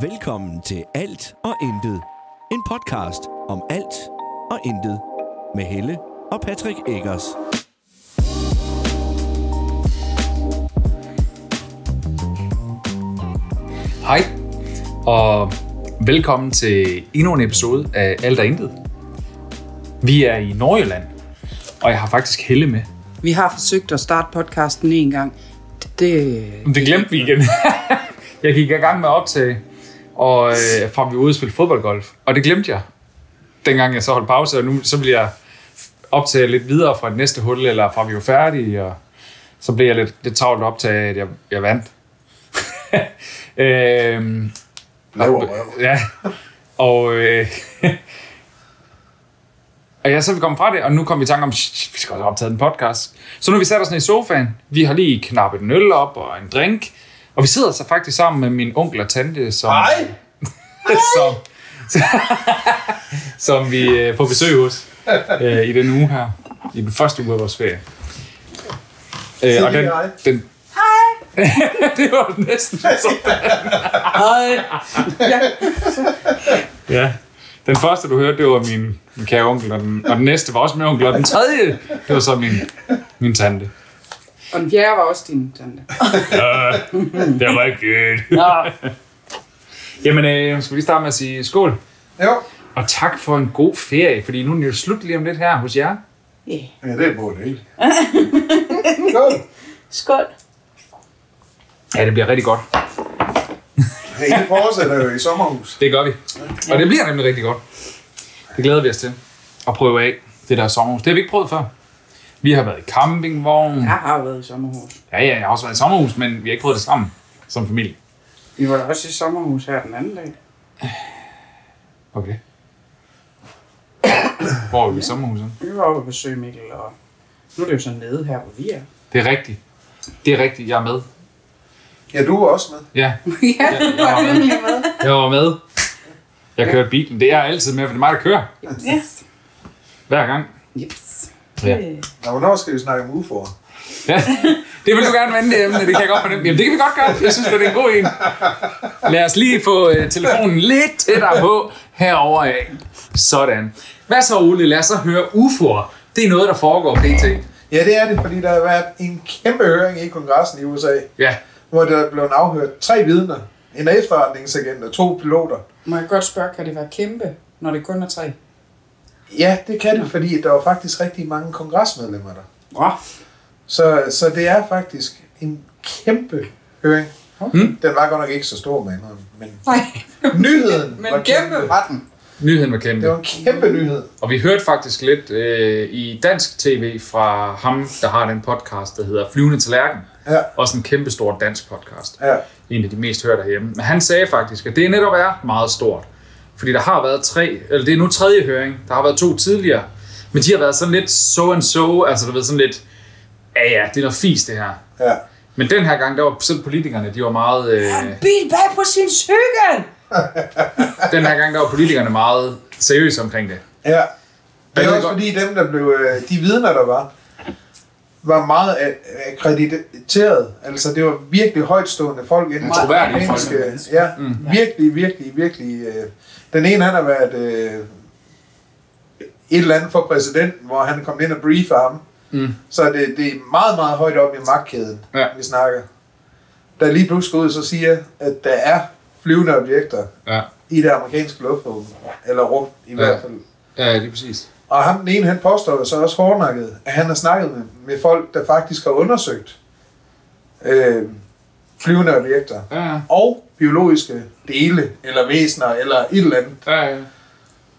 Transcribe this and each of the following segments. Velkommen til Alt og Intet. En podcast om alt og intet. Med Helle og Patrick Eggers. Hej, og velkommen til endnu en episode af Alt og Intet. Vi er i Nordjylland, og jeg har faktisk Helle med. Vi har forsøgt at starte podcasten en gang. Det, det Men det glemte vi igen. jeg gik i gang med at optage, og øh, fra vi var ude og spille fodboldgolf, og det glemte jeg, dengang jeg så holdt pause, og nu så vil jeg optage lidt videre fra det næste hul, eller fra vi var færdige, og så blev jeg lidt, lidt travlt optaget, at jeg, jeg vandt. øhm, Lav og røv. Ja. Og, øh, og ja, så er vi kommet fra det, og nu kom vi i tanke om, shit, vi skal også have optaget en podcast. Så nu har vi sat os ned i sofaen. Vi har lige knappet en øl op og en drink. Og vi sidder så faktisk sammen med min onkel og tante, som, Nej, som, som vi øh, får besøg hos øh, i den uge her. I den første uge af vores ferie. Øh, og den, hej. den, Hej! det var den næsten sådan. Ja. Den første, du hørte, det var min, min kære onkel, og den, og den næste var også min onkel, og den tredje, det var så min, min tante. Og den fjerde var også din tante. Øh, Det var ikke godt. Nå. Jamen, øh, skal vi lige starte med at sige skål. jo. Og tak for en god ferie, fordi nu er det jo slut lige om lidt her hos jer. Ja, det er både helt. Skål. Skål. Ja, det bliver rigtig godt. Hey, I fortsætter jo i sommerhus. Det gør vi. Og det bliver nemlig rigtig godt. Det glæder vi os til at prøve af, det der sommerhus. Det har vi ikke prøvet før. Vi har været i campingvogn. Jeg har jo været i sommerhus. Ja, ja, jeg har også været i sommerhus, men vi har ikke prøvet det sammen som familie. Vi var da også i sommerhus her den anden dag. Okay. Hvor er vi i sommerhuset? Vi var oppe og besøge Mikkel, og nu er det jo så nede her, hvor vi er. Det er rigtigt. Det er rigtigt, jeg er med. Ja, du er også med. Ja, ja, jeg var med. Jeg var med. Jeg kørte bilen. Det er jeg altid med, for det er mig, der kører. Yes. Hver gang. Yes. Ja. Nå, hvornår skal vi snakke om UFO'er? Ja. Det vil du gerne vende det emne, det kan jeg godt fornemme. Jamen, det kan vi godt gøre. Jeg synes, det er en god en. Lad os lige få øh, telefonen lidt tættere på herover af. Sådan. Hvad så, Ole? Lad os så høre UFO'er. Det er noget, der foregår pt. Ja, det er det, fordi der har været en kæmpe høring i kongressen i USA, Ja. hvor der er blevet afhørt tre vidner, en efterretningsagent og to piloter. Må jeg godt spørge, kan det være kæmpe, når det kun er tre? Ja, det kan det, fordi der var faktisk rigtig mange kongresmedlemmer der. Nå, Så, så det er faktisk en kæmpe høring. Hmm? Den var godt nok ikke så stor, men, men nej. nyheden Men var kæmpe var den. Nyheden var Det kæmpe. var en kæmpe nyhed. Og vi hørte faktisk lidt øh, i dansk tv fra ham, der har den podcast, der hedder Flyvende Tallerken. Ja. Også en kæmpe stor dansk podcast. Ja. En af de mest hørte herhjemme. Men han sagde faktisk, at det netop er meget stort. Fordi der har været tre, eller det er nu tredje høring. Der har været to tidligere. Men de har været sådan lidt so and so, altså der har været sådan lidt, ja ja, det er noget fis det her. Ja. Men den her gang, der var selv politikerne, de var meget... Øh, Bil bag på sin cykel! den her gang, der var politikerne meget seriøse omkring det. Ja. Jeg ved Det er også godt- fordi dem, der blev, øh, de vidner, der var, var meget a- akkrediteret. Altså, det var virkelig højtstående folk. Inden for Troværdige folk. menneske. Ja, mm. virkelig, virkelig, virkelig. øh. Den ene, han har været øh, et eller andet for præsidenten, hvor han kom ind og briefer ham. Mm. Så det, det er meget, meget højt op i magtkæden, Ja. ja. vi snakker. Der lige pludselig går ud, så siger, at der er flyvende objekter Ja, i det amerikanske luftvåben. Eller rum, i ja. hvert fald. ja lige præcis. Og ham den ene, han påstår jo så også hårdnakket, at han har snakket med, med folk, der faktisk har undersøgt øh, flyvende objekter. Ja, ja. Og biologiske dele, eller væsener, eller et eller andet. ja, ja.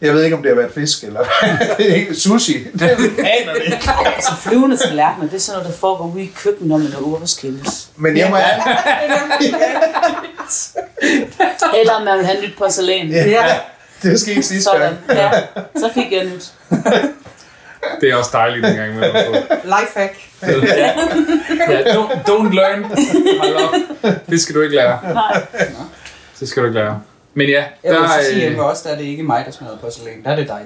Jeg ved ikke, om det har været fisk, eller det er ikke sushi. Det aner det ikke. Altså flyvende tallerkener, det er sådan noget, der foregår ude i køkkenet, når man er ude at skilles. Men jeg må Eller om man vil have nyt porcelæn. ja, det skal ikke sidste Sådan. gang. Ja. Så fik jeg nyt. Det er også dejligt en gang imellem. at få. Lifehack. Ja, don't, don't learn, my love. Det skal du ikke lære. Nej. Det skal du ikke lære. Men ja, Jeg der vil så sige, er... at Øh, for os der er det ikke mig, der smadrer porcelæn. Der er det dig.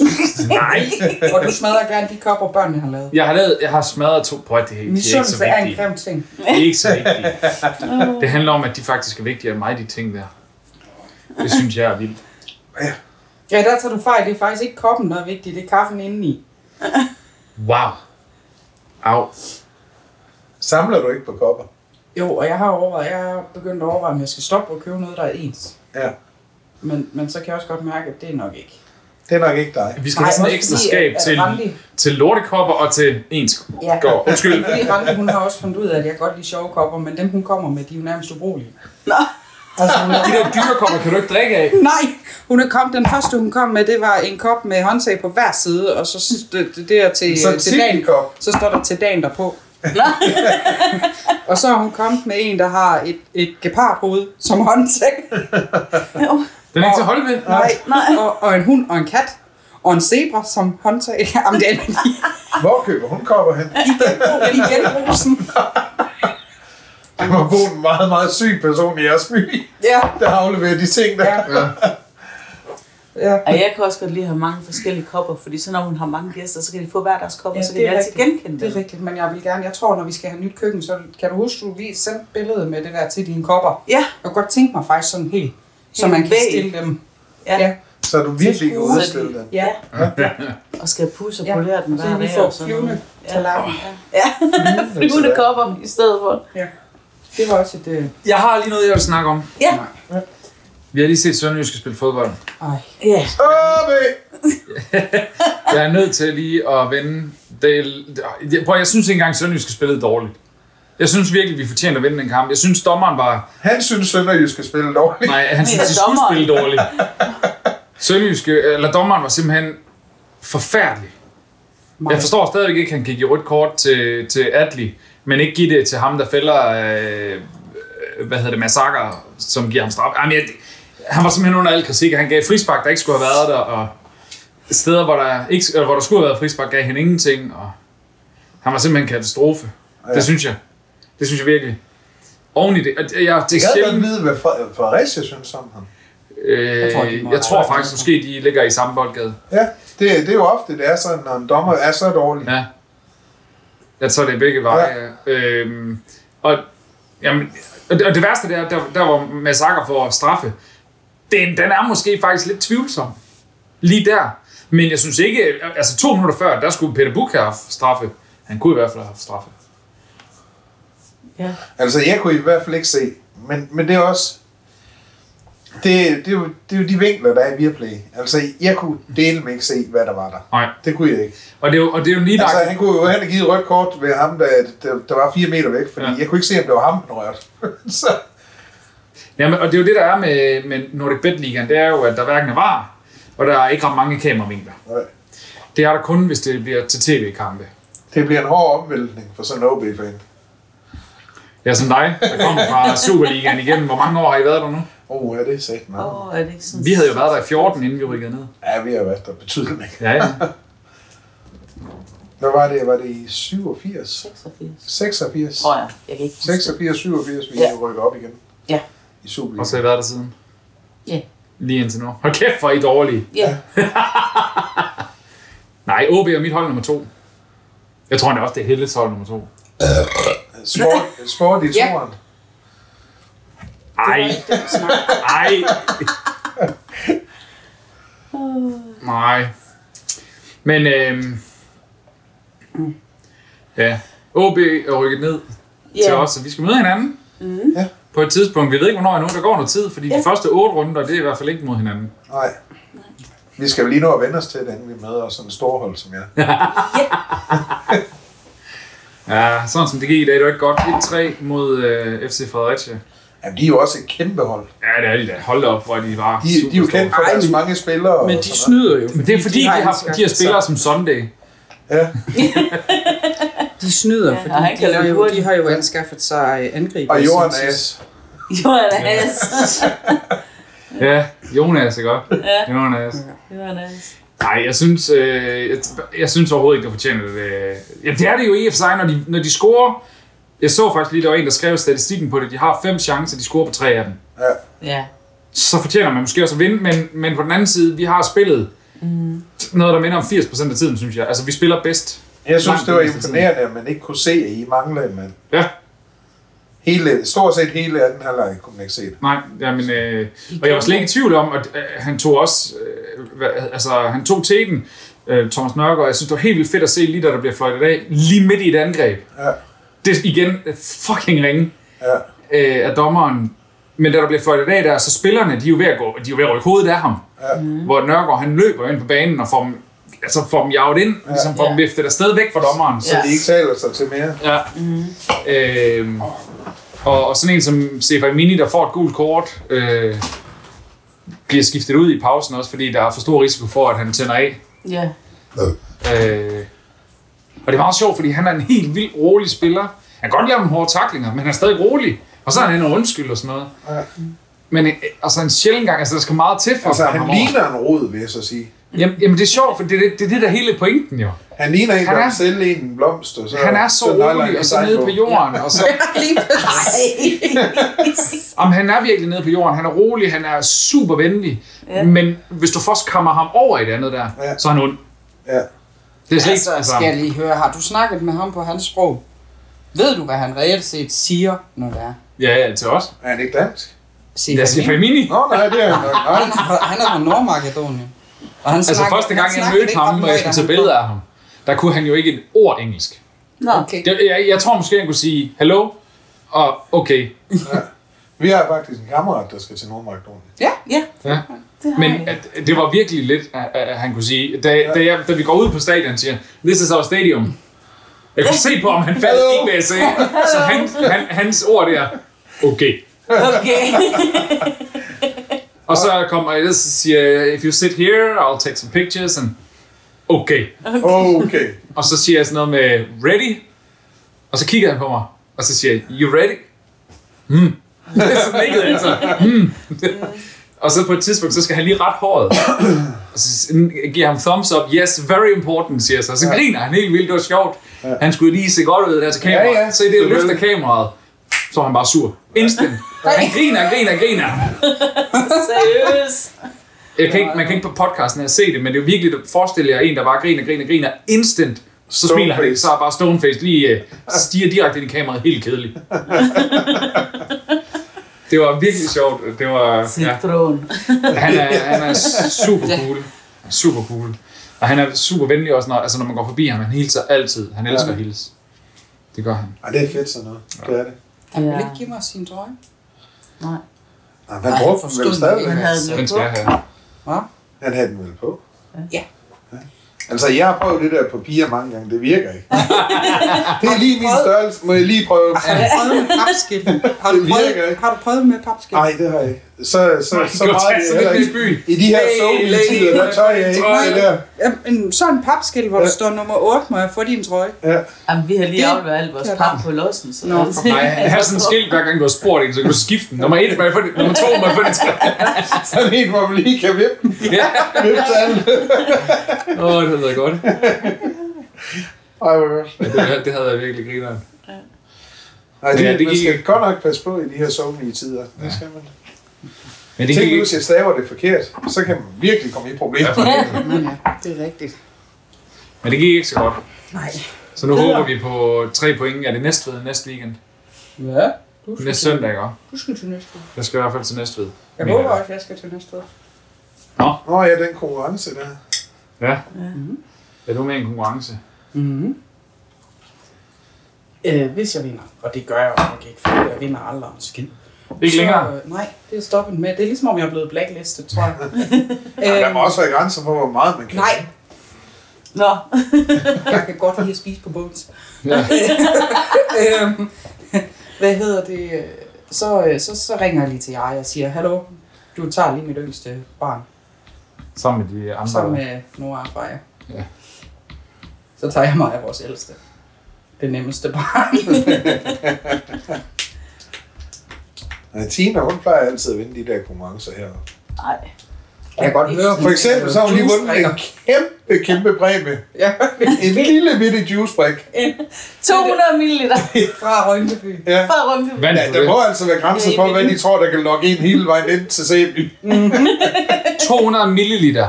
øh, nej! Og du smadrer gerne de kopper, børnene har lavet. Jeg har, lavet, jeg har smadret to... Prøv at det, det er ikke så Misundelse er en vigtigt. grim ting. Det er ikke så vigtigt. Det handler om, at de faktisk er vigtigere end mig, de ting der. Det synes jeg er vildt. Ja, der tager du fejl. Det er faktisk ikke koppen, der er vigtigt. Det er kaffen indeni. Wow. Au. Samler du ikke på kopper? Jo, og jeg har overvejet, jeg har begyndt at overveje, om jeg skal stoppe og købe noget, der er ens. Ja. Men, men så kan jeg også godt mærke, at det er nok ikke. Det er nok ikke dig. Vi skal have sådan også et ekstra fordi, skab at- at til, Randi, til lortekopper og til ens Ja. går. Undskyld. fordi Randi, hun har også fundet ud af, at jeg godt lide sjove kopper, men dem, hun kommer med, de er jo nærmest ubrugelige. Altså, hun er, De der dyrekopper kan du ikke drikke af. nej, hun er kom, den første, hun kom med, det var en kop med håndtag på hver side, og så s- det, det der til, øh, Så til dagen, tippelkop. så står der til dagen derpå. og så er hun kommet med en, der har et, et gepardhoved som håndtag. Den er ikke til at holde ved. Nej, Nej. Og, og en hund og en kat og en zebra som håndtag. Jamen, det er Hvor køber hun kopper hen? i genbrugsen. Der må bo en meget, meget syg person i jeres by, Ja, der afleverer de ting der. ja. ja. Og jeg kan også godt lide at have mange forskellige kopper, fordi så når hun har mange gæster, så kan de få hver deres kopper, Ja, ja, så det kan de er altså altid rigtigt. genkende Det er dem. rigtigt, men jeg vil gerne, jeg tror, når vi skal have nyt køkken, så kan du huske, du vi sendte billedet med det der til dine kopper. Ja, Jeg kunne godt tænke mig faktisk sådan helt, så Helt man kan væg. stille dem. ja. Ja. ja. Så du virkelig kan Så de- udstille den. Ja. Ja. Og skal pusse og Ja, polere den så hver vi dag. får og sådan flyvende noget. Ja. tallerken. Ja, flyvende tallerken. kopper i stedet for. Det var også et... Øh... Jeg har lige noget, jeg vil snakke om. Ja. Vi har lige set Sønderjyske spille fodbold. Ej. Ja, AB! Jeg er nødt til lige at vende det. Jeg- Prøv, jeg synes ikke engang, Sønderjyske spillede dårligt. Jeg synes virkelig, vi fortjente at vinde den kamp. Jeg synes, dommeren var... Han synes, Sønderjysk skal spille dårligt. Nej, han synes, de skulle dommeren. spille dårligt. Sønderjyske, øh, eller dommeren var simpelthen forfærdelig. Jeg forstår stadigvæk ikke, at han gik i rødt kort til, til Atli, men ikke give det til ham, der fælder, øh, hvad hedder det, Massaker, som giver ham straf. Jamen, jeg, han var simpelthen under al kritik, og han gav frispark, der ikke skulle have været der, og steder, hvor der, ikke, eller, hvor der skulle have været frispark, gav han ingenting, og han var simpelthen en katastrofe. Ja. Ja. Det synes jeg. Det synes jeg virkelig. Oven i det, at jeg, det er Jeg gad godt sjældent, vide, hvad Fre- Fredericia synes om ham. øh, jeg Jeg tror, tror, de er meget- jeg tror faktisk måske, de ligger i samme boldgade. Ja, det, det er jo ofte, det er sådan, når en dommer er så dårlig. Ja. Jeg tror, det er begge veje. Ja. Øhm, og, jamen, og, det, og det værste, det er, der, der hvor Massaker får straffe, den, den er måske faktisk lidt tvivlsom. Lige der. Men jeg synes ikke, altså to minutter før, der skulle Peter Buch have haft straffe. Han kunne i hvert fald have haft straffe. ja. Altså, jeg kunne i hvert fald ikke se, men, men det er også... Det, det, er jo, det er jo de vinkler, der er i Viaplay. Altså, jeg kunne dele ikke se, hvad der var der. Nej. Det kunne jeg ikke. Og det er jo, og det er jo lige Altså, altså, han kunne jo have givet rødt kort ved ham, der, der, der var fire meter væk, fordi Ja. ja. jeg kunne ikke se, om det var ham, den rørte. så, Jamen, og det er jo det, der er med, med Nordic Bet Ligaen, det er jo, at der hverken er var, og der er ikke ret mange kameravinkler. nej. Det er der kun, hvis det bliver til tv-kampe. det bliver en hård omvæltning for sådan en OB-fan. Jeg er som dig, der kommer fra Superligaen igennem. Hvor mange år har I været der nu? Oh, ja, det er sagt meget. Åh, er det ikke sådan? Vi havde jo været der i 14, inden vi rykkede ned. Ja, vi har været der betydeligt. Ja, ja. Hvad var det? Var det i 87? 86. 86? Tror jeg. Jeg kan ikke huske. 86, 87, vi Ja. ja. rykker op igen. Ja. I Og så Superligaen. har I været der siden. Ja. Lige indtil nu. Hold kæft, hvor er I dårlige. Ja, Nej, OB er mit hold nummer to. Jeg tror endda også, det er Helles hold nummer to. Sport, sport i Ja. toren. Ej, Det var ikke det, vi snakkede om. ej. Nej. Men øhm, ja, OB er rykket ned ja. til os, så vi skal møde hinanden. Ja. På et tidspunkt, vi ved ikke hvornår endnu, der går noget tid, fordi de første otte runder, det er i hvert fald ikke mod hinanden. Nej. Vi skal jo lige nå at vende os til det, inden vi møder sådan en stor hold som jer. Ja. Ja, sådan som det gik i dag, det var ikke godt. 1-3 mod øh, FC Fredericia. Jamen, de er jo også et kæmpe hold. Ja, det er de da. Hold da op, hvor de var De, de er jo kendt for Ej, deres men- mange spillere. og Men de sådan noget. snyder jo. Men det er fordi, de har, de har, anskaffet spillere sig- som Sunday. Ja. De snyder, Ja, fordi og han kan de, har løbe jo, de hurtigt. har jo anskaffet øh, sig angriber. Og Jorden som- As. Jonas. Ja, Jonas, ikke godt? Ja. Jonas. Jonas. Nej, jeg synes, øh, jeg, jeg synes overhovedet ikke, det fortjener det. Øh, Ja, det er det jo i og for sig, når de, når de scorer. Jeg så faktisk lige, der var en, der skrev statistikken på det. De har fem chancer, de scorer på tre af dem. Ja. Ja. Så fortjener man måske også at vinde, men, men på den anden side, vi har spillet mm. noget, der minder om 80% af tiden, synes jeg. Altså, vi spiller bedst. Jeg synes, Langt det var den næste tid. imponerende, at man ikke kunne se, at I manglede en mand. Ja, hele, stort set hele anden halvleg kunne man ikke se det. Nej, jamen, øh, og jeg var slet ikke i tvivl om, at øh, han tog også, øh, hvad, altså han tog teten, øh, Thomas Nørgaard, jeg synes, det var helt vildt fedt at se lige da der bliver fløjtet af, lige midt i et angreb. Ja. Det er igen øh, fucking ringe Ja. øh, af dommeren. Men da der bliver fløjtet af der, så spillerne, de er jo ved at, gå, de er jo ved at rykke hovedet af ham. Ja. Hvor Nørgaard, han løber ind på banen og får dem, altså får dem jaget ind, ja. ligesom får Ja. dem viftet afsted væk fra dommeren. Så de ikke taler sig til mere. Ja. Øhm, og, og sådan en som Stefan Mini, der får et gult kort, øh, bliver skiftet ud i pausen også, fordi der er for stor risiko for, at han tænder af. Ja. Øh, og det er meget sjovt, fordi han er en helt vildt rolig spiller. Han kan godt lave nogle hårde taklinger, men han er stadig rolig. Og så er han en undskyld og sådan noget. Ja. Men øh, altså en sjældent gang, altså der skal meget til for Altså, at komme han ham over. ligner en rod, vil jeg så sige. Jamen, jamen, det er sjovt, for det, er det, det er det, der er hele pointen jo. Han ligner en, Han der er- er selv en blomst. Og så, Han er så, nailer han rolig, og så sig nede på jorden, og så, Lige præcis. Jamen, han er virkelig nede på jorden. Han er rolig, han er super venlig. Ja. Men hvis du først kammer ham over i det andet der, ja. Ja. så er han ond. Ja. Det er slet ikke Altså, altså, skal jeg lige høre, har du snakket med ham på hans sprog? Ved du, hvad han reelt set siger, når det er? Ja, ja, til os. Er han ikke dansk? Siger Jeg siger Femini. Nå, nej, det er han nok. Nej. Han er fra, han er fra Nordmakedonien. Og han Altså, snakker- første han gang, jeg snakker mødte ikke ham, ret og jeg meget, skulle tage han- billeder af ham, der kunne han jo ikke et ord engelsk. Nå, okay. Det, jeg, jeg tror måske, han kunne sige, hello, og okay. Vi har faktisk en kammerat, der skal til Nordmakedonien. Ja, ja. Ja. Det har Men jeg. at, at det var virkelig lidt, at, at han kunne sige. Da, da, jeg, da vi går ud på stadion, siger han, this is our stadium. Jeg kunne se på, om han faldt Hello. ikke, hvad jeg sagde. Så han, han, hans ord der, okay. Okay. Og så kommer jeg, så siger jeg, if you sit here, I'll take some pictures, and okay. Okay. Og så siger jeg sådan noget med, ready? Og så kigger han på mig, og så siger jeg, you ready? Hmm. så nikkede han så, hmm. og så på et tidspunkt, så skal han lige ret håret. Og så giver jeg ham thumbs up, yes, very important, siger jeg så. Så griner han helt vildt, det var sjovt. Han skulle lige se godt ud der til kameraet. Ja, ja, så i det, jeg løfter selvfølgelig. kameraet, så er han bare sur. Instant. Han griner, griner, griner. Seriøst. Jeg kan ikke, man kan ikke på podcasten her se det, men det er jo virkelig, at forestille jer en, der bare griner, griner, griner instant. Så Stoneface. smiler han ikke, så er bare stoneface lige øh, stiger direkte ind i kameraet, helt kedeligt. det var virkelig sjovt. Det var, ja. Citron. han, er, han er super cool. Super cool. Og han er super venlig også, når, altså når man går forbi ham. Han hilser altid. Han elsker Ja. at hilse. Det gør han. Ej, det er fedt sådan noget. Det er det. Han Ja. vil ikke give mig sin trøje. Nej. Ej, han brugte den vel stadig. Han havde den Den på. skal jeg have. Han havde den vel på. Ja. Altså, jeg har prøvet det der papir mange gange. Det virker ikke. det er lige min størrelse. Må jeg lige prøve? Har du prøvet med papskilten? Har du Det prøvet, virker ikke. har du prøvet med papskilten? Nej, det har jeg ikke. Så, så, så, Så så meget er så jeg heller lidt i ikke. byen. I de her Hey, sovelige lady. tider, der tør jeg ikke. Tøj. Det der. Jamen, sådan en papskilt, hvor der står nummer 8, må jeg få din trøje? Ja. Jamen, vi har lige Det afleveret alt vores kan pap jeg på lossen. Så Nå, for Nej, jeg har sådan en skilt, hver gang du har spurgt en, så kan du skifte den. Nummer 1, nummer 2, nummer 3. Sådan en, hvor man lige kan vippe, Ja. vippe til alle. Åh, oh, det havde været godt. Ej, hvor godt. Det, det havde jeg virkelig grineren. Nej, det, Ja, ja, det det man gik- skal godt nok passe på i de her sovelige tider. Ja. Det skal man. Men det Tænk gik nu, ikke. hvis jeg staver det forkert, så kan man virkelig komme i problemer. Det er rigtigt. Men det gik ikke så godt. Nej. Så nu håber vi på tre point. Er det næste ved næste weekend? Ja. Næste søndag, ikke? også? Du skal til næste uge. Jeg skal i hvert fald til næste ved. Jeg håber også, jeg skal til næste år. Nå ja, den konkurrence der. Ja. Mhm. Er du med i en konkurrence? Mhm. Mm-hmm. Øh, hvis jeg vinder, og det gør jeg jo nok ikke, for jeg vinder aldrig en skid. Ikke længere? Så, øh, nej, det er stoppet med. Det er ligesom om jeg er blevet blacklistet, tror jeg. Jamen, der øhm, må også være grænser for, hvor meget man kan. nej, Nå. jeg kan godt lide at spise på bones. Ja. øhm, hvad hedder det? øh, Så, øh, så, så ringer jeg lige til jer og siger, hallo, du tager lige mit yngste barn, Sammen med de andre. sammen med Nora og Freja. Ja. Så tager jeg mig af vores ældste. Det nemmeste barn. Ja, Tina, hun plejer altid at vinde de der konkurrencer her. Nej. Jeg kan godt høre. For eksempel så har hun lige vundet en kæmpe, kæmpe præmie. Ja, En lille bitte juicebrik. 200 milliliter fra Rønkeby. Ja. fra Rømpe. Vand Ja, på der det. må altså være grænser for, hvad de tror, der kan lokke en hele vejen ind til Sæby. 200 milliliter.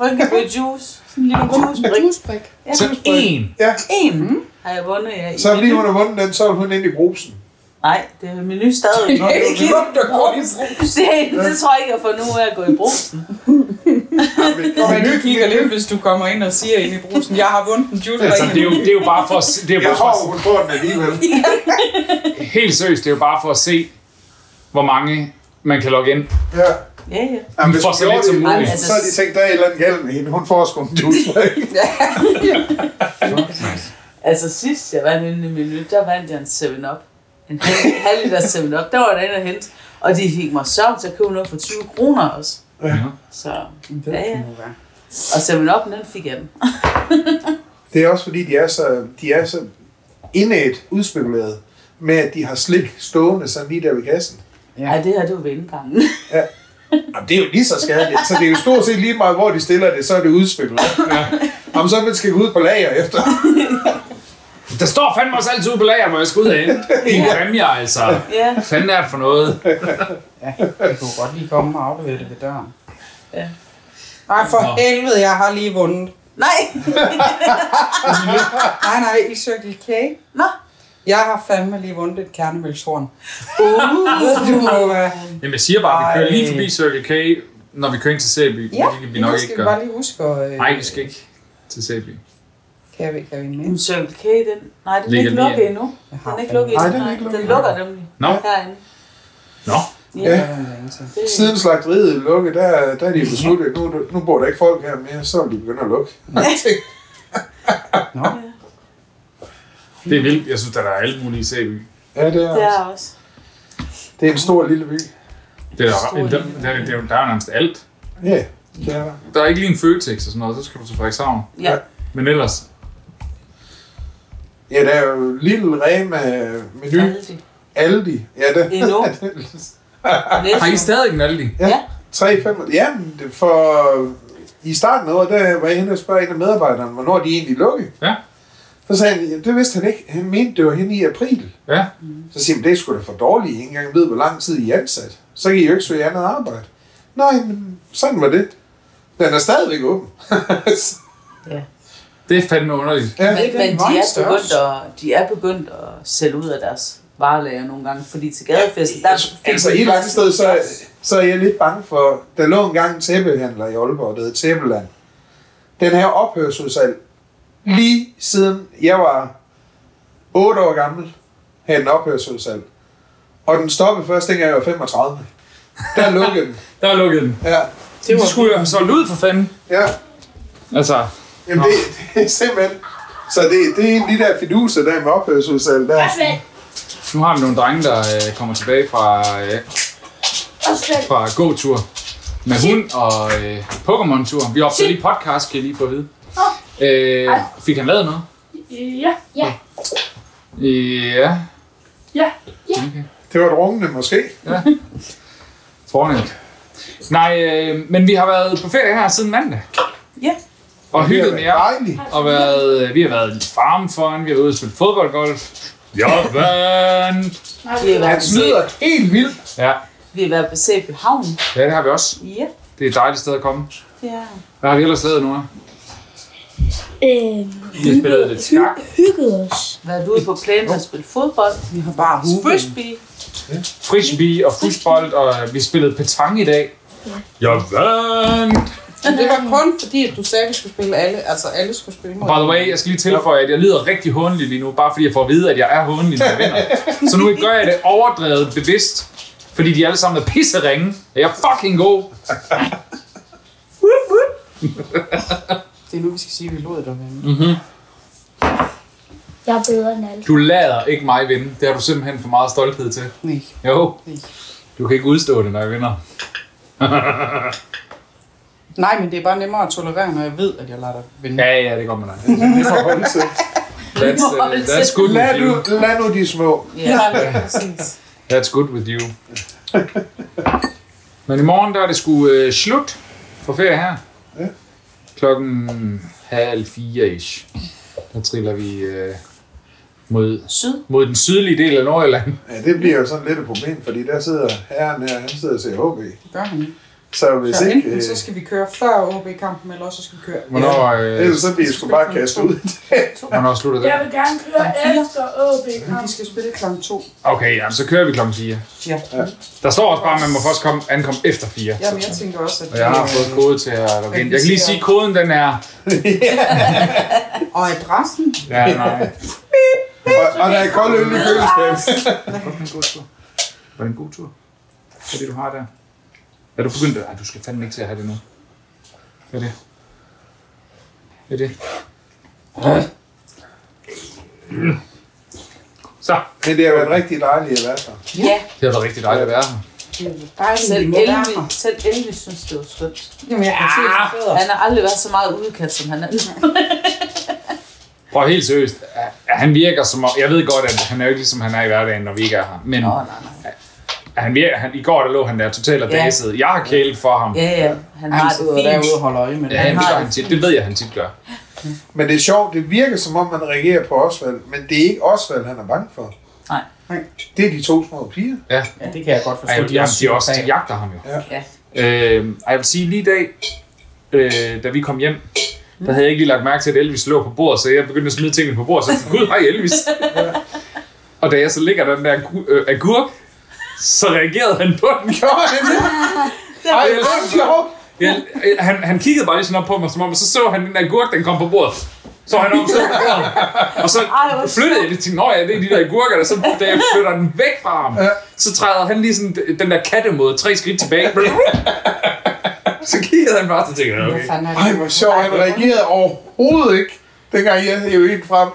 Rømpe juice. Sådan en lille juicebrik. Husbrik. Ja, Så en Ja, en har jeg vundet ja, i. så fordi hun har vundet den, så vil hun ind i brugsen. Nej, det er menu stadig. Nå, det Ikke var- om der går i brug. det, det tror jeg ikke, jeg får nu af at gå i brug. Og man Menu- kigger lidt, hvis du kommer ind og siger ind i brusen, jeg har vundet en juice Altså, det, er jo, det er jo bare for at se, det er Jeg bare tror, for, hun får den alligevel. at- helt seriøst, det er jo bare for at se, hvor mange man kan logge ind. Ja. Ja, ja. Jamen, Vi hvis får hun så lidt gjorde som det, muligt. Ej, men Så har de tænkt, der er et eller andet galt med hende. Hun får sgu en juice. Altså sidst jeg vandt inde i menu, der vandt jeg en 7-Up. En halv, halv liter 7-Up, der var der inde og hente. Og de fik mig sørg til at købe noget for 20 kroner også. Ja. Så ja, ja. Og 7-Up'en, den fik jeg den. Det er også fordi, de er så, de er så indet udspekuleret med, at de har slik stående sådan lige der ved kassen. Ja. Ej, det her, det var ved indgangen. Jamen, det er jo lige så skadeligt. Så det er jo stort set lige meget, hvor de stiller det, så er det udspekuleret. Ja. Om så man skal gå ud på lager efter. Der står fandme også altid ude på lager, hvor jeg skal ud og hente. Det er præmier, altså. Ja. Hvad fanden er det for noget? Jeg kunne godt lige komme og aflevere det ved døren. Nej, for helvede, jeg har lige vundet. Nej! Nej, nej, i Circle K. Nå. Jeg har fandme lige vundet et kernemælkshorn. Uh, ved du må være. Jamen, jeg siger bare, at vi kører lige Ej. forbi Circle K, når vi kører ind til Sæby. Ja, det kan vi det nok skal ikke vi gøre. bare lige huske. Og, øh, Nej, vi skal ikke til Sæby. Kan vi, kan vi med? Jamen, Circle K, den... Nej, den er Ligger ikke lige lukket an. endnu. Den er ikke fandme- lukket Nej, endnu. den er Nej, ikke lukket den lukker nemlig Nå. herinde. Nå, Ja. Det, Siden slagteriet lukkede, der, der er de besluttet, at nu, nu bor der ikke folk her mere, så vil de begynde at lukke. det er vildt. Jeg synes, der er alt muligt i Sæby. Ja, det det er er, også. det er en stor lille by. Det er, der, der, der, der, der er jo nærmest alt. Ja, det er der. Der er ikke lige en Føtex og sådan noget, så skal du til Frederikshavn. Ja. Men ellers, Ja, der er jo Lille Rema, Menu, Aldi. Aldi. Ja, det Endnu. har I Næste. stadig en Aldi? Ja. 3,5. Ja, men det- for i starten af året, der var jeg henne og spørge en af medarbejderne, hvornår de egentlig lukkede. Ja. Så sagde han, ja, det vidste han ikke. Han mente, det var henne i april. Ja. Så siger han, det er sgu da for dårligt. I ikke engang ved, hvor lang tid I er ansat. Så kan I jo ikke søge andet arbejde. Nej, men sådan var det. Den er stadigvæk åben. Det er fandme underligt. ja, Men, det er men en de, er monster begyndt også. at, de er begyndt at sælge ud af deres varelager nogle gange, fordi til gadefesten, der fik altså vi- et eller andet sted, så, så er jeg lidt bange for, der lå engang en tæppehandler i Aalborg, der hed Tæppeland. Den her ophørsudsalg, lige siden jeg var 8 år gammel, havde den ophørsudsalg. Og den stoppede først, dengang jeg var 35. Der lukkede den. Der er lukket den. Ja, Det, var... det skulle jo have solgt ud for fanden. ja. Altså, Jamen det, det, er simpelthen... Så det, det er en af de der fiduser, der med ophørsudsalg. Der. Altså- nu har vi nogle drenge, der øh, kommer tilbage fra, øh, fra gåtur med hund og øh, Pokémon-tur. Vi optager lige podcast, kan I lige få at vide. Øh, fik han lavet noget? Ja, ja, Ja, ja. Det var et rungende måske. fornemt. Nej, øh, men vi har været på ferie her siden mandag. Ja. Og hygget med jer. Dejligt. Og været, øh, vi har været i farm foran, vi har været ude og spille fodboldgolf. Jeg vandt! Vi har været Han på snyder Altså, helt vildt. Ja, Se- vi har været på Sæby Havn. ja, det har vi også. Ja, Det er et dejligt sted at komme. det er Hvad har vi ellers lavet nu? Øh, Vi har spillet lidt skak. hygget os. været ude på plænen og spille fodbold. Vi har bare hugget. Frisbee. Frisbee og frisbold, og vi spillede petang i dag. Jeg vandt! Men det var kun fordi, at du sagde, at vi skulle spille alle. Altså, alle skulle spille Og imod. by the way, jeg skal lige tilføje, at jeg lider rigtig håndelig lige nu, bare fordi jeg får at vide, at jeg er håndelig, når jeg vinder. Så nu gør jeg det overdrevet bevidst, fordi de alle sammen er pisseringe. Jeg er fucking god. Det er nu, vi skal sige, at vi lod dig med. Mm. Jeg er bedre end alle. Du lader ikke mig vinde. Det har du simpelthen for meget stolthed til. Nej. Jo. Du kan ikke udstå det, når jeg vinder. Nej, men det er bare nemmere at tolerere, når jeg ved, at jeg lader dig vinde. Ja, ja, det går man da. That's, uh, that's good Lad with you. nu, lad nu de små. Ja, That's good with you. Men i morgen, der er det sgu øh, slut for ferie her. Ja. Klokken halv fire ish. Der triller vi øh, mod, syd. mod den sydlige del af Nordjylland. Ja, det bliver jo sådan lidt et problem, fordi der sidder herren her, han sidder og ser HB. Det gør han ikke. Så hvis Så ikke... enten Øh, så skal vi køre før OB-kampen, eller også så skal vi køre... Hvornår, øh, ellers så bliver jeg sgu bare kastet ud. hvornår slutter Jeg det? vil gerne køre efter ab De skal spille kl. 2. Okay, jamen, så kører vi klokken 4. Ja. Der står også bare, at man må først komme, ankomme efter 4. Jamen, jeg tænker også, at... Og jeg har fået kode til at logge ind. Jeg kan lige sige, at koden den er... Og adressen? Ja, nej. Og, og der er kold øl i køleskabet. Var det en god tur? Hvad er det, du har der? Er du begyndt at... Ej, du skal fandme ikke til at have det nu. Hvad er det? Hvad er det? Mm. Så. Men det har været rigtig dejligt at være her. Ja, Det har været rigtig dejligt at være her. Bare selv Elvi, selv Elvi synes, det var skønt. Jamen, jeg Ah! Ja. Han har aldrig været så meget udkat, som han er nu. Prøv helt seriøst. at- at Han virker som om... Jeg ved godt, at han er jo ikke ligesom han er i hverdagen, når vi ikke er her. Men Nå, nej, nej. at han virker, han, i går der lå han der totalt og Ja. dæset. Jeg har kælet for ham. Ja, ja, han har Han det sidder fint. derude og holder øje med det. Ja, jamen, det, har gør det han tit. det ved jeg, han tit gør. Men det er sjovt, det virker som om, man reagerer på Osvald, men det er ikke Osvald, han er bange for. Nej. Det er de to små piger. Ja, det kan jeg godt forstå. Ej, er jamen, de, også, de psykopater. jagter ham jo. Ja. Øh, og jeg vil sige lige i dag, øh, da vi kom hjem, der havde jeg ikke lige lagt mærke til, at Elvis lå på bordet, så jeg begyndte at smide tingene på bordet, så jeg tænkte, gud, hej Elvis. og da jeg så ligger den der gu- øh, agurk, så reagerede han på den. Ej, Det er sjovt. jeg, jeg, han, han kiggede bare lige sådan op på mig, som om, og så så han den der agurk, den kom på bordet. Så han om, så på bordet. Og så Ej, hvor flyttede jeg det til, nå ja, det er de der agurker, der så da jeg flytter den væk fra ham, så træder han lige sådan den der kattemåde tre skridt tilbage. Så kiggede han bare, så tænkte jeg, okay. Ej, hvor sjovt, han reagerede overhovedet ikke, dengang jeg hævde en frem.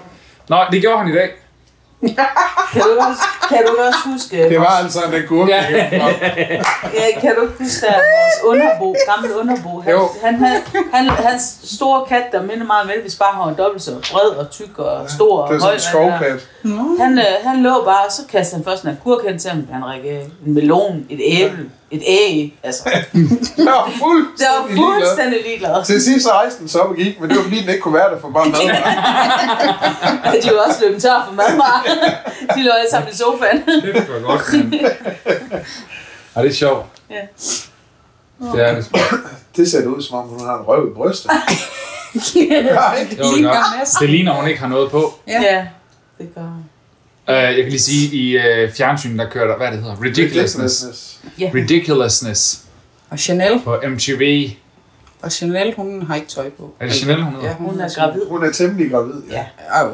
Nå, det gjorde han i dag. Kan du også, kan du også huske, Det var altså en agurk, jeg hævde frem. ja, kan du ikke huske, at vores underbo, gammel underbo, han, Jo. han, havde, han, hans store kat, der minder meget om Elvis, bare har en dobbelt så bred og tyk og stor og Det var høj. sådan en hvad det er. skovkat. Han, øh, han lå bare, og så kastede han først en agurk hen til ham, han rækkede en melon, et æble, et æg, altså. Jeg var Det var fuldstændig ligeglad. fuldstændig ligeglad. Til sidst så rejste den så op og gik, men det var fordi, den ikke kunne være der for bare mad. De var også løbet tør for madvarer. De lå alle sammen i sofaen. Det var godt. Men... Ja, det er sjovt. Ja. Det er det. sgu. Det ser det ud, som om hun har en røv i brystet. Nej, ikke? Det, var det, godt. det ligner, hun ikke har noget på. Ja. ja. Det gør han. Uh, jeg kan lige sige, i uh, fjernsynet, der kører der, hvad det hedder, Ridiculousness. Ridiculousness Og Chanel, på MTV. og Chanel, hun har ikke tøj på. Er det Chanel, hun hedder? Ja, hun Hun er er gravid. Hun er temmelig gravid, ja. Ja. Au.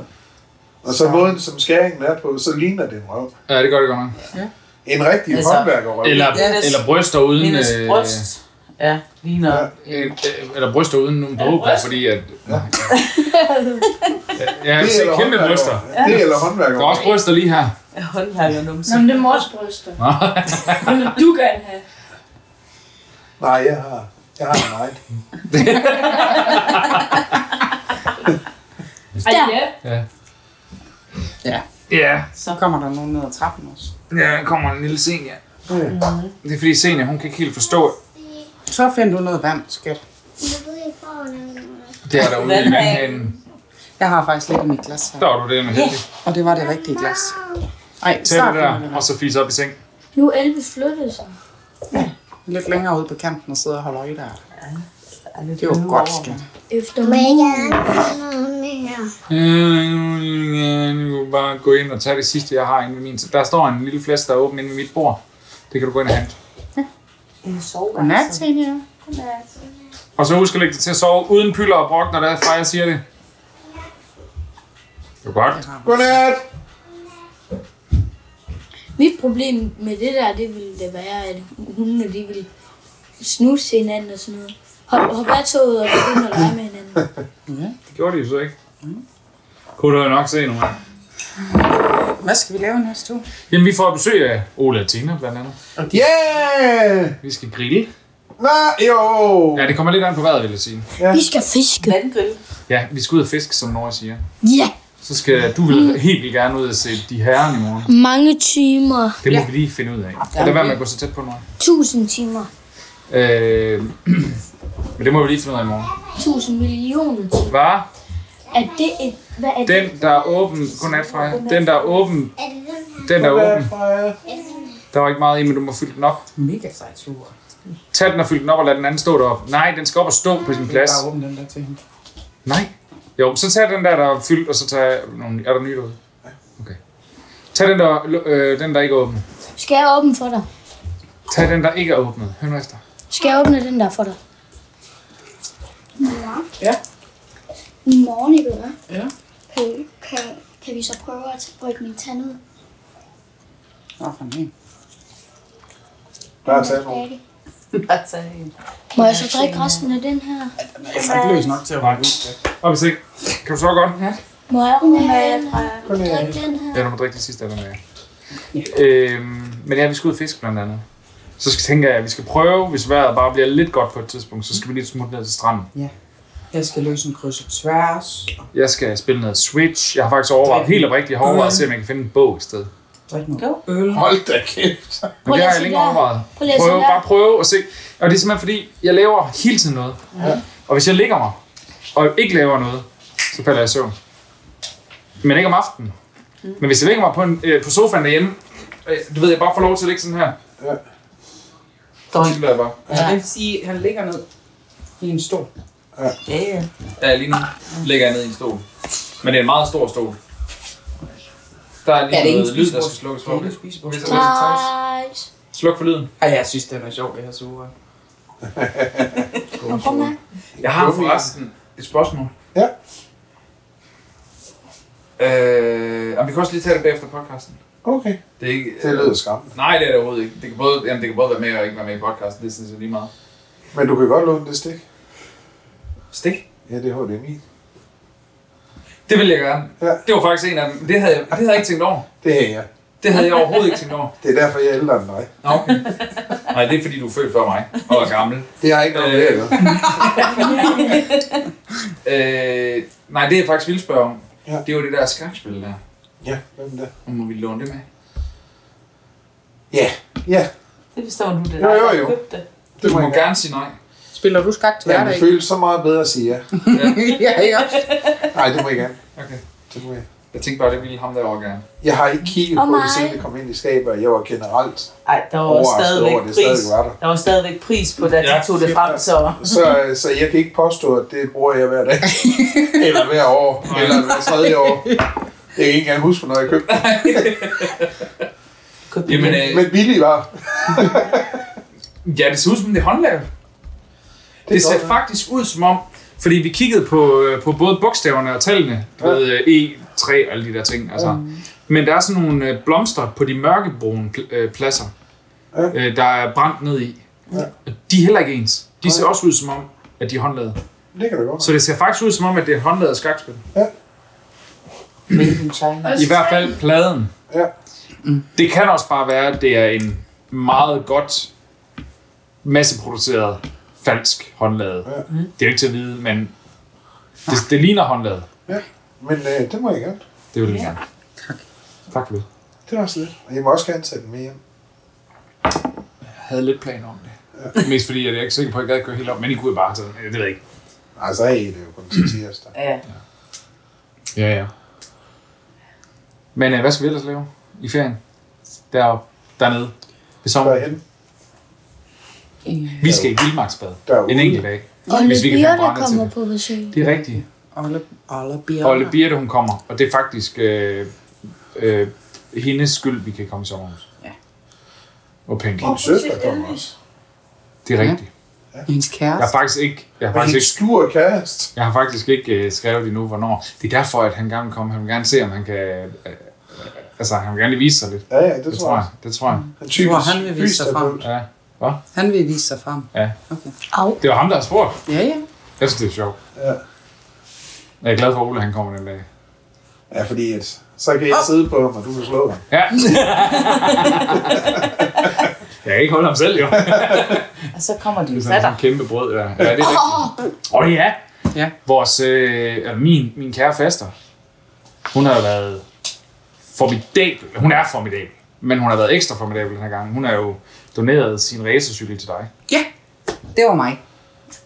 Og så måden, som skæringen er på, så ligner det en røv. Ja, det gør det godt nok. En rigtig Altså, altså, håndværkerrøv. Eller, Hendes- eller bryster uden... Hendes øh, bryst. Ja, ligner. Ja. øh, eller bryster uden nogen bog på, fordi at... Ja, ja jeg Det er ser eller kæmpe håndværkerrøv. bryster. Det er eller Der er også håndværkerrøv. bryster lige her. Ja. Håndværker numse. Nå, men det må også bryster. Det vil du gerne have. Nej, jeg har, jeg har en egen. Ej, ja. Ja, Så kommer der nogen ned ad trappen også. ja der kommer en lille senior. Det er fordi senior, hun kan ikke helt forstå Så find du noget vand, skat. det her derude i Vandhanen. vandhanen. Jeg har faktisk lidt i mit glas her. Der var du det med heldig. Og det var det rigtige glas. Ej, Tag så det finder vi der, og noget. så fise op i seng. Nu er Elvis flyttet sig. Lidt længere ude på kanten og sidde og holde øje der. Er lidt Det var øve godt, over skat. Efter mig. Øh, Nu kan du bare gå ind og tage det sidste, jeg har inde ved min. Der står en lille flaske, der er åben inde ved mit bord. Det kan du gå ind og hente. En Godnat, soveværelse. Tenia. Og så husk at lægge det til at sove uden pylder og brok, når det er fra, jeg siger det. Det er godt. Godnat! Mit problem med det der, det ville det være, at hundene de ville snuse hinanden og sådan noget. Hop, hop af toget og begynde at lege med hinanden. Det gjorde de jo så ikke. Mm. Kunne du jo nok se nogle gange. Hvad skal vi lave næste uge? Jamen, vi får besøg af Ola og Tina, blandt andet. Yeah! Vi skal grille. Nej, jo! Ja, det kommer lidt an på vejret, vil jeg sige. Vi skal fiske. Vandgrill. Ja, vi skal ud og fiske, som Nora siger. Ja, Så skal du vil helt vildt gerne ud og se de herren i morgen. mange timer. Det må vi lige finde ud af. Lad være med at gå så tæt på Nora. Tusind timer. Øh, men det må vi lige finde ud af i morgen. Tusind millioner timer. Var Er det et... Hvad er det? den, der er åben... Godnat, Freja. Den, der er åben... Er det den her? Den, der er åben. Freja. Der var ikke meget i, men du må fylde den op. Mega sej tur. Tag den og fyld den op og lad den anden stå deroppe. Nej, den skal op og stå på sin plads. Bare åbne den der til hende. Nej. Jo, så tag den der, der er fyldt, og så tag... Nogle, er der nye derude? Okay. Tag den der, øh, den, der ikke er åbnet. Skal jeg åbne for dig? Tag den, der ikke er åbnet. Hør nu efter. Skal jeg åbne den der for dig? Ja. I morgen, ikke hvad? Ja. Kan, kan, kan vi så prøve at rykke min tand ud? Nå, for mig. Der er taget nogle. Bare tag Altså, en. Må jeg så drikke resten af den her? Jeg er ikke løs nok til at række ud. Op i seng. Kan du så godt? Må jeg øh, drikke den Ja, her? du må drikke det sidste af den her. Øhm, men ja, vi skal ud og fiske blandt andet. Så skal, tænker jeg, at vi skal prøve, hvis vejret bare bliver lidt godt på et tidspunkt, så skal vi lige smutte ned til stranden. Jeg skal løse en kryds og tværs. Jeg skal spille noget Switch. Jeg har faktisk overvejet helt oprigtigt, jeg har overvejet at se, om jeg kan finde en bog et sted. Drik noget. Hold da kæft. Men det har Prøv lige at jeg se længe der. overvejet. Prøv lige at se Prøve, der. bare prøve og se. Og det er simpelthen fordi, jeg laver hele tiden noget. Og hvis jeg ligger mig, og ikke laver noget, så falder jeg i søvn. Men ikke om aftenen. Men hvis jeg ligger mig på, en, øh, på sofaen derhjemme, øh, du ved, jeg bare får lov til at ligge sådan her. Så Drøm. chiller jeg bare. Ja. Jeg vil sige, han ligger ned i en stol. Ja, ja. Ja, lige nu lægger jeg ned i en stol. Men det er en meget stor stol. Der er lige Er det ikke noget en lyd, der spisebord? skal slukkes for. Det er spisebord. Hvis der Ah. er lidt træls. Nice. Sluk for lyden. Ej, jeg synes, den er sjov, det her sure. Nå, prøv med. Jeg har forresten et spørgsmål. Ja. Øh, og vi kan også lige tage det bagefter podcasten. Okay. Det, er ikke, Det lyder skræmmende. Nej, det er det overhovedet ikke. Det kan både, jamen, det kan både være med og ikke være med i podcasten. Det synes jeg lige meget. Men du kan godt låne det stik. Stik. Ja, det er HDMI. Det vil jeg gerne. Ja. Det var faktisk en af dem. Det havde jeg, det havde jeg ikke tænkt over. Det er jeg. Det havde jeg overhovedet ikke tænkt over. Det er derfor, jeg er ældre end dig. Nå, okay. Nej, det er fordi, du er født før mig og er gammel. Det har ikke noget med at gøre. Øh, nej, det er faktisk vildt spørge om. Ja. Det var det der skakspil der. Ja, hvem der? Nu må vi låne det med. Ja, ja. Det bestemmer du, det Jo, er dig, jo, der jo. købte det. Du Det må må jeg gerne. gerne sige nej. Spiller du skak til Jamen, hverdag? det føles så meget bedre at sige ja. ja, ja. Nej, det må jeg gerne. Okay. Det må jeg. Jeg tænkte bare, det ville ham derovre gerne. Jeg har ikke kigget Og på det, mig. siden det kom ind i skabet, og jeg var generelt Ej, der var også overrasket stadigvæk over, at det pris. stadig var der. Der var stadigvæk pris på, da de Ja, tog det frem, så... Så, så jeg kan ikke påstå, at det bruger jeg hver dag. eller hver år. Eller hver tredje år. Jeg kan ikke engang huske, hvornår jeg købte det. Købte Jamen, det. øh, Men billig var. ja, det ser ud som, det er håndlavet. Det, det ser godt, ja. faktisk ud som om, fordi vi kiggede på, øh, på både bogstaverne og tallene, du Ja. Mm. ved, øh, E, 3 og alle de der ting. Altså. Men der er sådan nogle øh, blomster på de mørkebrune pl- øh, pladser, Ja. øh, der er brændt ned i. Ja. Og De er heller ikke ens. De ser også ud som om, at de er håndlavet. Det kan du godt. Så det ser faktisk ud som om, at det er et håndlavet skakspil. Made in China. Også I hvert fald pladen. Ja. Det kan også bare være, at det er en meget godt masseproduceret falsk håndlade. Ja. Det er jo ikke til at vide, men det, det ligner håndlade. Men øh, det må jeg gerne. Det vil jeg gerne. Tak. Tak for det. Det er også lidt. Og jeg må også gerne tage den med hjem. Jeg havde lidt planer om det. Ja. Mest fordi, at jeg er ikke sikker på, at jeg gad at køre helt op, men I kunne jo bare tage den. Det ved jeg ikke. Altså, er I det jo kun til tirsdag. øh, Ja. Ja, ja. Men øh, hvad skal vi ellers lave i ferien? Deroppe, dernede, ved sommeren. Derhen. Vi skal i vildmarksbad Derude. en enkelt dag. Og Hvis vi kan Lydia, få der brændet til kommer det. på besøg. Det er rigtigt. Alle, alle bjerg. Og Olle Birte, hun kommer, og det er faktisk øh, øh, hendes skyld, vi kan komme i sommerhus. Ja. Og penge. Min søster kommer også. Det er rigtigt. Hendes Jeg har kæreste. faktisk ikke, jeg har Og faktisk hendes ikke, skur kæreste. jeg har faktisk ikke øh, skrevet endnu, hvornår. Det er derfor, at han gerne vil komme. Han vil gerne se, om han kan... Øh, øh, altså, han vil gerne lige vise sig lidt. Ja, ja, det, Det, tror jeg. Det tror jeg. Han typisk Tror han vil vise sig frem. fysioterapeut. Ja. Han vil vise sig frem. Au. Det var ham, der har spurgt. Ja, ja. Jeg synes, det er sjovt. Ja. Jeg er glad for, at Ole han kommer den dag. Ja, fordi at, så kan Ah! jeg sidde på ham, og du kan slå ham. Ja. jeg kan ikke holde ham selv, jo. Og så kommer de Det jo er sådan fatter. sådan en kæmpe brød, ja. ja det er rigtigt. Åh oh, ja. Ja. Vores, øh, eller min, min kære faster, hun har jo været formidabel. Hun er formidabel, men hun har været ekstra formidabel den her gang. Hun har jo doneret sin racercykel til dig. Det var mig.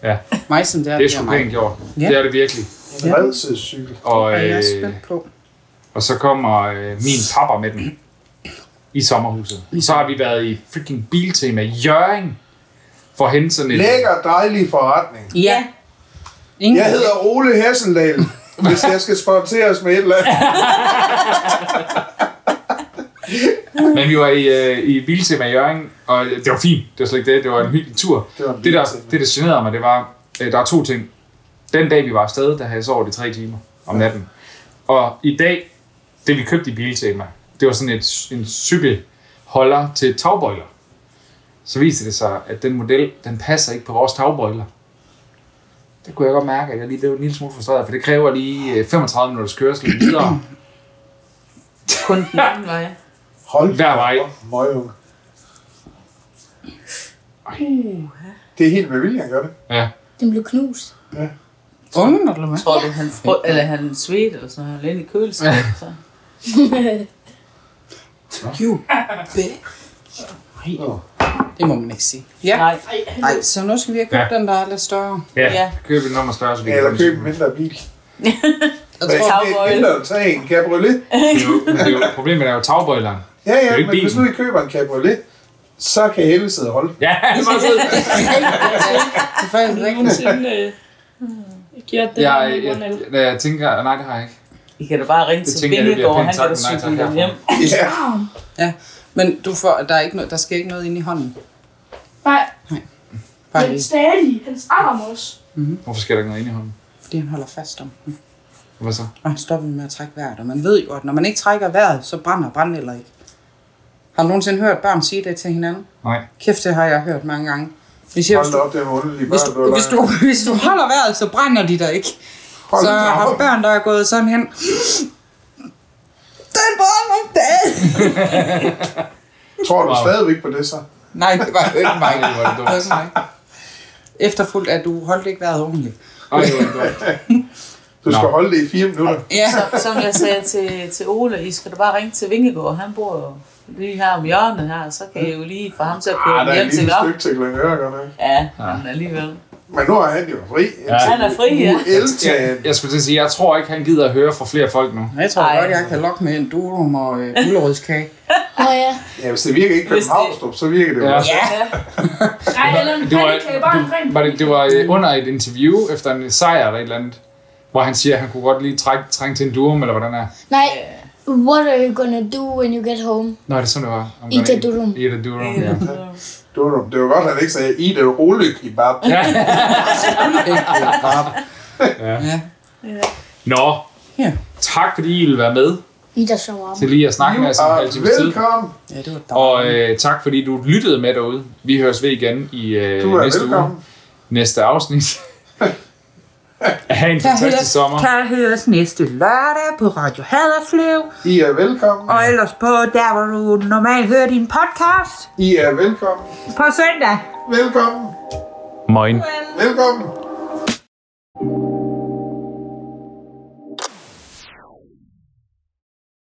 Ja. Mig som der, Det er bliver sgu mig. pænt gjort. Ja. Det er det virkelig. En Ja. redsedscykel. Og, Og jeg er øh, spændt på. og så kommer øh, min papper med den i sommerhuset. Så har vi været i freaking biltema Jøring for at hente sådan et... Lækker, dejlig forretning. Ja. Ingen Jeg hedder Ole Hesseldal, hvis jeg skal sponseres med et eller andet. Men vi var i, øh, i Biltema i Jørgen, og det var fint. Det var slet ikke det. Det var en hyggelig tur. Det var en det, der, Biltema. det, der generede mig, det var, øh, der er to ting. Den dag, vi var afsted, der havde jeg sovet i tre timer om natten. Og i dag, det vi købte i Biltema, det var sådan et, en cykelholder til tagbøjler. Så viste det sig, at den model, den passer ikke på vores tagbøjler. Det kunne jeg godt mærke, at jeg lige blev en lille smule frustreret, for det kræver lige øh, 35 minutters kørsel videre. Kun den anden vej. Hold Hver vej. Møgung. Det er helt med vilje, han gør det. Ja. Den blev knust. Ungen, eller hvad? Tror du, han, frø- eller han svedte eller sådan noget? Han lå i køleskabet, så. Det må man ikke sige. Ja. Nej. Nej, så nu skal vi have købt ja. den, der er lidt større. Ja, Ja. ja. køb et nummer større, så vi Ja, kan eller få en købe en mindre bil. Jeg tror, Men det er et mindre tag en cabriolet. Det er jo- det er jo- Problemet er jo tagbøjleren. Ja, er jo ja, ikke men hvis nu bilen. I køber en cabriolet, så kan Helle sidde og holde. Ja, det var sødt. Det er faktisk Jeg rigtigt. nogensinde øh, gjort det. Jeg, med jeg, Ronald. jeg, jeg tænker, nej, det har jeg ikke. I kan da bare ringe Det til tænker jeg, det bliver Vingegaard, pænt han kan sagt, da men nej, cykle tak dem herfra. hjem. Ja. Men du får, der, er ikke noget, der skal ikke noget ind i hånden. Nej, Bare men lige, stadig. Hans arm også. Hvorfor skal der ikke noget ind i hånden? fordi han holder fast om. den. Hvad så? Og han stopper med at trække vejret. Og man ved jo, at når man ikke trækker vejret, så brænder brændenælder ikke. Har du nogensinde hørt børn sige det til hinanden? Nej. Kæft, det har jeg hørt mange gange. Hvis, jeg, hvis, Hold da du, op, det er underlige hvis, børn, du, hvis, har du, hvis du holder vejret, så brænder de dig ikke. Hold Så da jeg har haft op. børn, der er gået sådan hen. Den brænder ikke det. lagt. Tror du Wow. stadigvæk på det så? Nej, det var ikke mig. Ej, hvor er det Det dumt. var sådan mig. Efterfuldt, at du holdt ikke vejret ordentligt. Ej, hvor er det dumt. Du Nå. skal holde det i fire minutter. Ja, Som, som jeg sagde til, til Ole, I skal da bare ringe til Vingegaard, han bor jo lige her om hjørnet her, så kan I jo lige få ham til at køre Ah, ah, der er hjem et til lille op. stykke til Glyngøre, godt nok. Ja, Ah. men alligevel. Men nu er han jo fri. Ja. Han er fri, ja. Jeg, Eltagen. jeg skulle til at sige, jeg tror ikke, han gider at høre fra flere folk nu. jeg tror Ej. godt, jeg kan lokke med en durum og øh, gulerødskage. Nå ja, Ja, hvis det virker ikke Hvis det- Københavnstrup, så virker det jo. Ja. også. Nej, eller en Det var, pandekage, bare en ren det, var det, det var øh, under et interview efter en sejr eller et eller andet, hvor han siger, at han kunne godt lige trække, trænge til en durum, eller hvordan er. nej. What are you gonna do when you get home? Nå, er det sådan, det var? I'm Ita gonna- durum. Ita durum, ja. Det var, det var godt, at han ikke sagde, I det er roligt i bare. Ja. øh, Nå, Ja. tak fordi I ville være med I der så meget. til lige at snakke med os en Og altså, halv times tid. Ah, velkommen. Ja, det var dog. Og øh, tak fordi du lyttede med derude. Vi høres ved igen i øh, Du er næste velkommen. uge. Næste afsnit. ha' en fantastisk sommer. Kan høres næste lørdag på Radio Haderslev. I er velkommen. Og ellers på der, hvor du normalt hører din podcast. I er velkommen. På søndag. Velkommen. Moin. Velkommen.